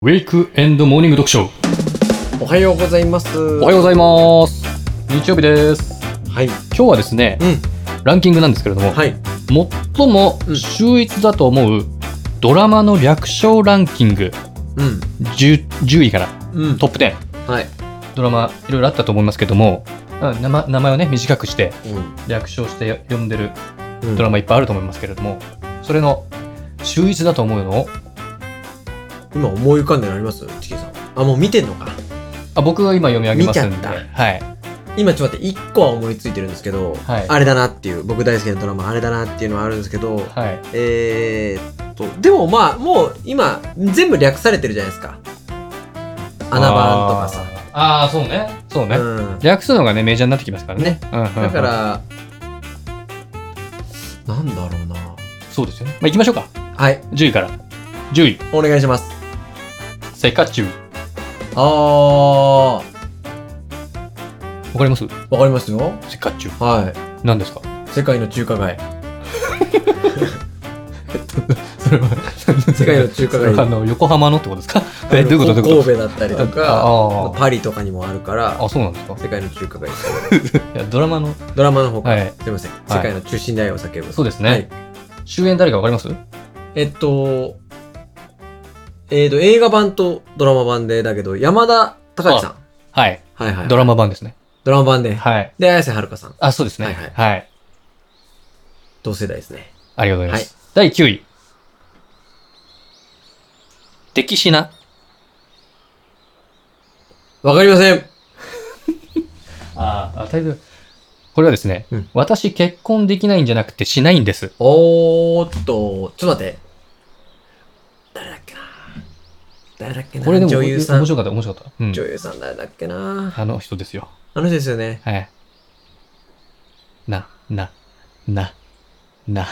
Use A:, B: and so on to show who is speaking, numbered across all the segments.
A: ウェイクエンドモーニング読書
B: おはようございます。
A: おはようございます日曜日です
B: はい。
A: 今日はですね
B: うん。
A: ランキングなんですけれども、
B: はい。
A: 最も秀逸だと思うドラマの略称ランキング
B: うん。
A: 10, 10位から
B: うん。
A: トップ10
B: はい。
A: ドラマいろいろあったと思いますけどもあ名前名前をね短くして略称して呼んでる
B: うん
A: ドラマいっぱいあると思いますけれどもそれの秀逸だと思うのを
B: 今思い浮かんでるのありますチキンさん。あ、もう見てんのか。
A: あ僕が今読み上げますん
B: 見
A: で
B: ちゃっ
A: はい
B: 今ちょっと待って、1個は思いついてるんですけど、
A: はい
B: あれだなっていう、僕大好きなドラマあれだなっていうのはあるんですけど、
A: はい
B: えーっと、でもまあ、もう今、全部略されてるじゃないですか。穴番とかさ。
A: あーあーそうねそうね、
B: うん。
A: 略すのがねメジャーになってきますからね。うんうんうん
B: だから、なんだろうな。
A: そうですよね。まあ行きましょうか。
B: はい。
A: 10位から。10位、
B: お願いします。
A: セカチュウ。
B: あー、わ
A: わかります
B: かりますよ。
A: セカチュウ。
B: はい。
A: 何ですか
B: 世界の中華街
A: それは、
B: 世界の中華 街
A: それはあの、横浜のってことです かえ、どういうこと
B: あの
A: どういうこと
B: 神戸だったりとか
A: あ
B: パリとかにもあるから
A: ああ、そうなんですか
B: 世界の中華街
A: いや、ドラマの、
B: ドラマの方か
A: は
B: ら、
A: い。
B: すいません世界の中心で愛を叫ぶ
A: そうですね
B: はい
A: 主演誰かわかります
B: えっとえっと映画版とドラマ版でだけど山田孝之さん
A: はい。
B: はいはい
A: ドラマ版ですね。
B: ドラマ版で
A: はい。
B: で綾瀬はるかさん
A: あ、そうですね。は
B: はいいはい。同世代ですね
A: ありがとうございます。第9位。敵しな。
B: わかりません
A: ああ、タイトル。これはですね、
B: うん
A: 私結婚できないんじゃなくてしないんです。
B: おーっとちょっと待って誰だっけな誰だっけな
A: これでも
B: 女優さん
A: 面
B: 女
A: 白かった、面白かった。うん、
B: 優さん誰だっけな
A: あの人ですよ。
B: あの人ですよね
A: はい。な、な、な、な、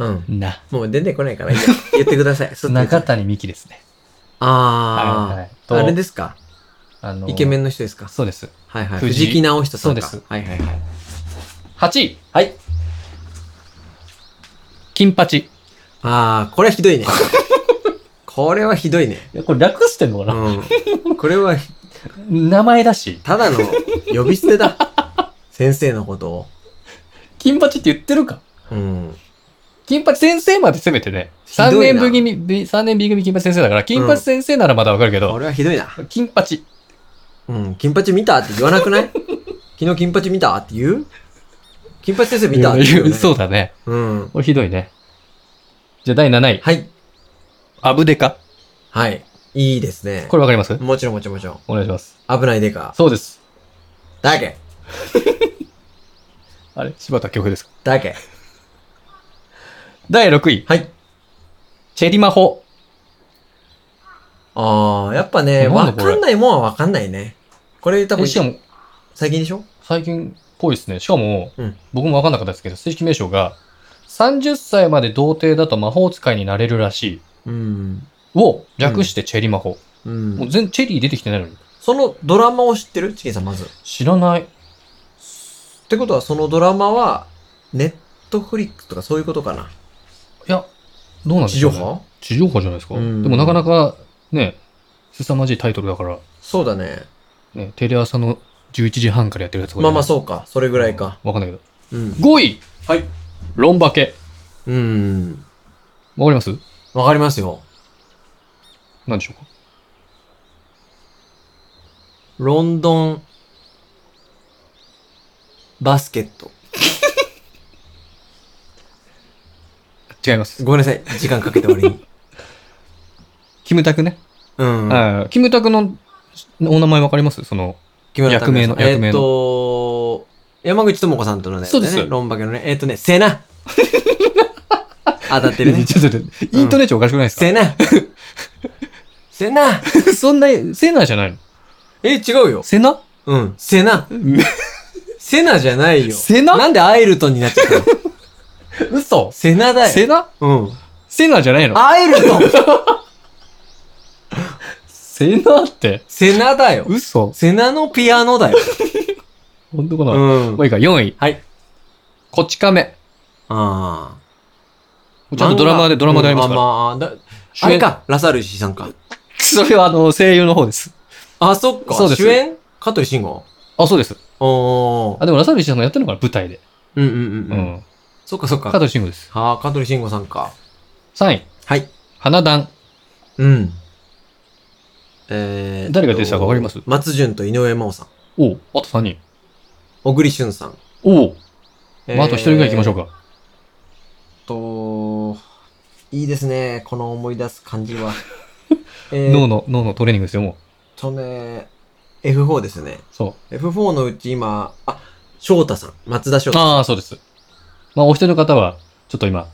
B: うん
A: な。
B: もう出てこない からいいや、言ってください。
A: 中
B: た。
A: 谷美紀ですね。
B: あ
A: はいはい
B: あ、
A: と
B: あれですか
A: あの
B: イケメ
A: ン。
B: ンの人ですか
A: そうです。
B: はいはい。
A: 藤井
B: 藤木直人さんか。
A: そうです。
B: はいはいはい。
A: 8位。
B: はい。
A: 金八。
B: ああ、これは ひどいね。これはひどいね。
A: これ略してんのか
B: うん。これはひ、
A: 名前だし。
B: ただの呼び捨てだ。先生のことを。
A: 金八って言ってるか。
B: うん。
A: 金八先生までせめてね。
B: ひどいな
A: 3年 B 組、B- 三年 B 組金八先生だから、金八先生ならまだわかるけ
B: こ
A: ど、
B: れはひどいな。
A: 金八。
B: うん。金八見たって言わなくない昨日金八見たって言う金八先生見たって言うよ ね、
A: そうだね。
B: うん。
A: これひどいね。じゃあ第7位。
B: はい。
A: アブデカ。
B: はい。いいですね。
A: これわかります
B: もちろんもちろんもちろん。
A: お願いします。
B: 危ないでか。
A: そうです。
B: だけ。
A: あれ柴田教授ですか
B: だけ。
A: 第6位。
B: はい。
A: チェリマホ。
B: ああ、やっぱね、
A: なんだ
B: わ
A: これ
B: かんないもんはわかんないね。これ多
A: え
B: 分、
A: しかも、
B: 最近でしょ
A: 最近っぽいですね。しかも、
B: うん
A: 僕もわかんなかったですけど、正式名称が、30歳まで童貞だと魔法使いになれるらしい。
B: うん。
A: を略してチェリマホ。
B: う。
A: もうん全、チェリー出てきてないのに。
B: そのドラマを知ってるチキンさん、まず。っ
A: 知らない。
B: てことは、そのドラマは、ネットフリックスとかそういうことかな。
A: いや、どうなんで
B: 地
A: しょ
B: 上
A: う、ね。
B: 波
A: 地上波じゃないですか。
B: うん
A: でもなかなか、ね、凄まじいタイトルだから、
B: そうだね。
A: ね、テレ朝の11時半からやってるやつ
B: まあまあ
A: う
B: そうか。それぐらいか。。
A: わかんないけど。
B: うん。
A: 5位
B: はい。
A: ロンバケ。
B: うん。
A: わかります
B: わかりますよ。
A: 何でしょうか
B: ロンドン、バスケット。
A: 違います。
B: ごめんなさい。時間かけて終わりに。
A: キムタクね。
B: うん。
A: ああキムタクのお名前わかりますその、
B: 木村拓哉さん
A: 役名の役名の
B: えっと、山口智子さんとのね、
A: そうです
B: ねロンバケのね、えっとね、セナ当たってるね。
A: ちょっと待って、イントネーションおかしくないですか、
B: セナセナ
A: そんな、セナじゃないの
B: え、違うよ。
A: セナ
B: うん、セナ。セナじゃないよ。
A: セナ
B: なんでアイルトンになっちゃったの
A: 嘘
B: セナだよ。
A: セナ
B: うん。
A: セナじゃないの
B: アイルトン
A: セナって、
B: セナだよ。
A: 嘘
B: セナのピアノだよ。
A: ほんとかな、
B: う
A: も
B: ん
A: う。いいか、4位。
B: はい。
A: こち亀。
B: あ
A: ちゃんとドラマで、ドラマであります
B: か。
A: からら。
B: まあまあ、だ
A: 主
B: あ
A: 演
B: れ。か、ラサール石井さんか。
A: それはあの、声優の方です。
B: あ、そっか。
A: そうです
B: 主演香取慎吾。
A: あ、そうです。
B: おー。
A: あ、でも、ラサール石田さんもやってるのかな舞台で。
B: うんうん
A: う
B: うん。うん、
A: ん。
B: そっかそっ
A: 香
B: か。
A: 取慎吾です。
B: あー、香取慎吾さんか。
A: 3位、
B: はい。
A: 花壇。
B: うん。えー、
A: 誰が出てたかわかります
B: 松潤と井上真央さん。
A: おう、あと3人。
B: 小栗旬さん。
A: おう、まあ、あと1人ぐらい行きましょう
B: か。
A: か。
B: と、いいですね。この思い出す感 じは。えー
A: 脳の、脳のトレーニングですよ、もう。
B: とね、F4 ですね。
A: そ
B: F4 のうち今、あ、翔太さん。松田翔
A: う。
B: 太さん。
A: ああ、そうです。まあ、お一人の方は、ちょっと今、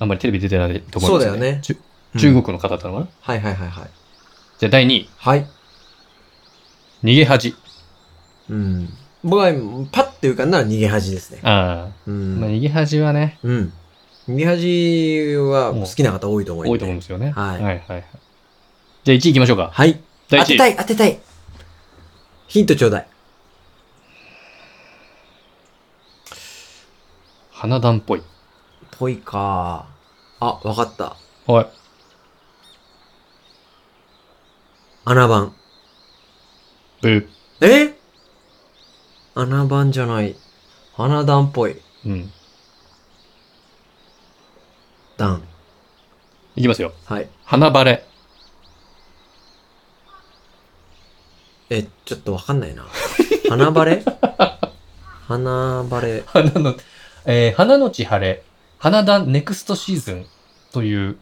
A: あんまりテレビ出てないと思います
B: そうだよね
A: ちゅ
B: うん
A: 中国の方だったのかな、
B: はいはいはいはい。
A: じゃあ、第2位、
B: はい。
A: 逃げ恥。
B: うん。僕は、パッて浮かんだら逃げ恥ですね。
A: ああ、
B: う
A: まあ、
B: ん。
A: 逃げ恥はね、
B: うん。逃げ恥は好きな方多いと思います。
A: 多いと思うんですよね。
B: はい
A: はいはいはいじゃあ、1位行きましょうか。
B: はい。
A: 第
B: 当
A: 1
B: て
A: 位。
B: たい、当てたい。ヒントちょうだい。
A: 花壇っぽい。
B: ぽいかあ、わかった。
A: はい。
B: 穴番。
A: ブー。
B: え穴番じゃない。穴段っぽい。
A: うん。
B: 段。
A: いきますよ。
B: はい。
A: 花バレ。
B: え、ちょっとわかんな いな。花バレ花バレ。
A: 花の、えー花のち晴れ、花壇ネクストシーズンという、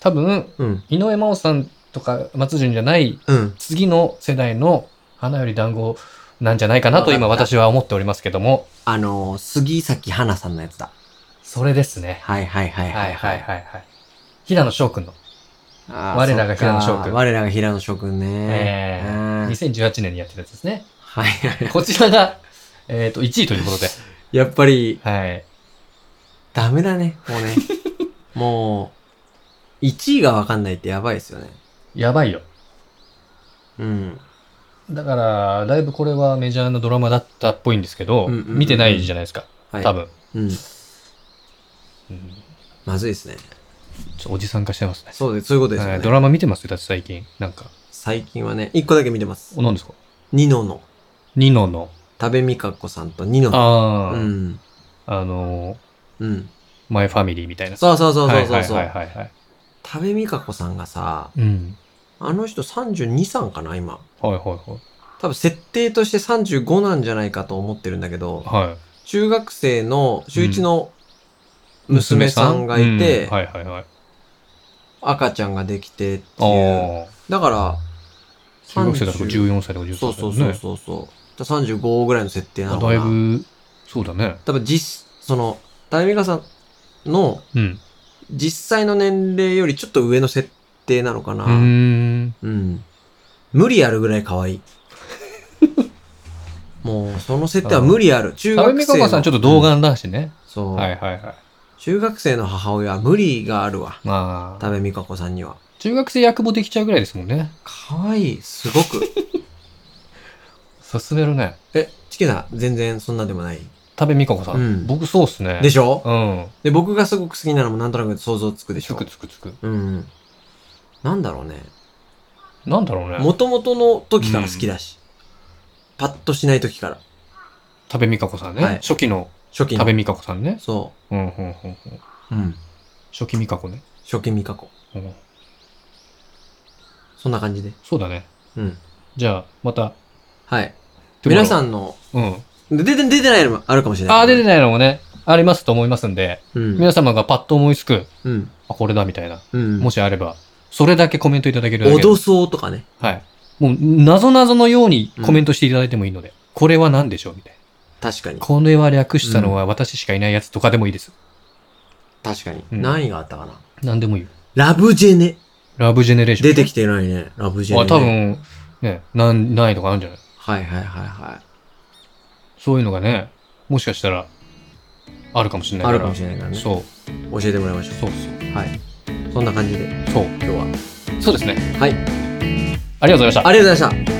A: 多分、
B: うん。
A: 井上真央さんとか松潤じゃない
B: うん。
A: 次の世代の花より団子なんじゃないかなと今
B: わかった
A: 私は思っておりますけども、
B: あのー、杉咲花さんのやつだ。
A: それですね。
B: はいはいはい
A: は
B: はいい。
A: はいはいはい。平野翔くんの、
B: あー
A: 我らが平野
B: そっ
A: 翔
B: か
A: くん
B: 我らが平野翔くんね。
A: えー
B: うん
A: 2018年にやってたやつですね。
B: はいはい。
A: こちらが、 えっ、と、1位ということで。
B: やっぱり、
A: はい。
B: ダメだね、もうね。もう、1位がわかんないってやばいですよね。
A: やばいよ。
B: うん。
A: だから、だいぶこれはメジャーなドラマだったっぽいんですけど、
B: うんうんうんうん
A: 見てないじゃないですか。
B: はい。
A: 多。分。
B: うん。
A: うん
B: まずいですね。
A: ちょっとおじさん化してますね。
B: そうです、そういうことですよ
A: は
B: ね。
A: いドラマ見てますよ、だって最近。なんか。
B: 最近はね、1個だけ見てます。
A: お何ですか
B: ニノの。
A: ニノの。
B: 多部未華子さんとニノの。
A: ああ、
B: うん。
A: あのー、
B: うん。
A: マイファミリーみたいな。
B: そうそうそうそうそう。
A: はいはいはいはい、はい。
B: 多部未華子さんがさ、
A: うん。
B: あの人32、3かな、今。
A: はいはいはい。
B: 多分設定として35なんじゃないかと思ってるんだけど、
A: はい。
B: 中学生の、週一の娘さんがいて、
A: うんはいはいはい。
B: 赤ちゃんができてっていう。
A: ああ。
B: だから、
A: 中学生だと
B: 30
A: 14歳とか13歳だ
B: そう
A: よね。
B: そうそうそうそう。だ35ぐらいの設定なのか
A: だ
B: な。
A: いぶ、そうだね。
B: 多分実、その、タイミカさんの
A: うん。
B: 実際の年齢よりちょっと上の設定なのか
A: う
B: な。
A: ーん。
B: うん無理あるぐらい可愛い。 もう、その設定は無理ある。中
A: 阿部
B: 学
A: 美
B: 生
A: 香
B: の。
A: 子さんちょっと童
B: うん
A: 顔だしね。
B: そう、
A: はいはいはい。
B: 中学生の母親は無理があるわ。
A: ま
B: 多
A: あ、
B: 部未華子さんには。
A: 中学生役もできちゃうぐらいですもんね。
B: 可愛い、す ごく。
A: 進めるね。
B: え、チキさん、全然そんなでもない。
A: 多部美香子さん。
B: うん
A: 僕そうっすね。
B: でしょ
A: うん。
B: で、僕がすごく好きなのもなんとなく想像つくでし
A: つ
B: ょ
A: くつくつく。
B: うん。なんだろうね。
A: なんだろうね。
B: もともとの時から好きだし。パッとしない時から。
A: 多部美香子さんね。
B: はい
A: 初期の
B: 初期
A: 多部
B: の。
A: 美香子さんね。
B: そ
A: うんうんうんうん。
B: う。うん。
A: 初期美香子ね。
B: 初期美香子。
A: うん
B: そんな感じで。
A: そうだね。
B: うん。
A: じゃあ、また。
B: はい。皆さ
A: ん。
B: んの、
A: うん。
B: で出て、出てないのもあるかもしれない。
A: ああ、出てないのもね、ありますと思いますんで、
B: うん。
A: 皆様がパッと思いつく、
B: うん。
A: あ、これだみたいな、
B: うん。
A: もしあれば、それだけコメントいただけるだけで。
B: 脅そうとかね。
A: はい。もう、謎々のようにコメントしていただいてもいいので、これは何でしょうみたい
B: 確かに
A: な。。これは略したのは私しかいないやつとかでもいいです。
B: 確かに。
A: うん
B: 何位があったかな。
A: 何でもいいよ。
B: ラブジェネ。
A: ラブジェネレーション。
B: 出てきてないね。ラブジェネ。
A: あ、多。分、ね、なん、ないとかあるんじゃない
B: はいはいはいは
A: そういうのがね、もしかしたら、あるかもしれ
B: い。
A: ないか
B: あ
A: ら。
B: るかもしれないからね。
A: そう、
B: 教えてもらいましょ
A: そう
B: う。はい。そんな感じで、
A: そう、そ
B: 今日は。
A: う。そうですね。
B: はい。
A: ありがとうございました。
B: ありがとうございました。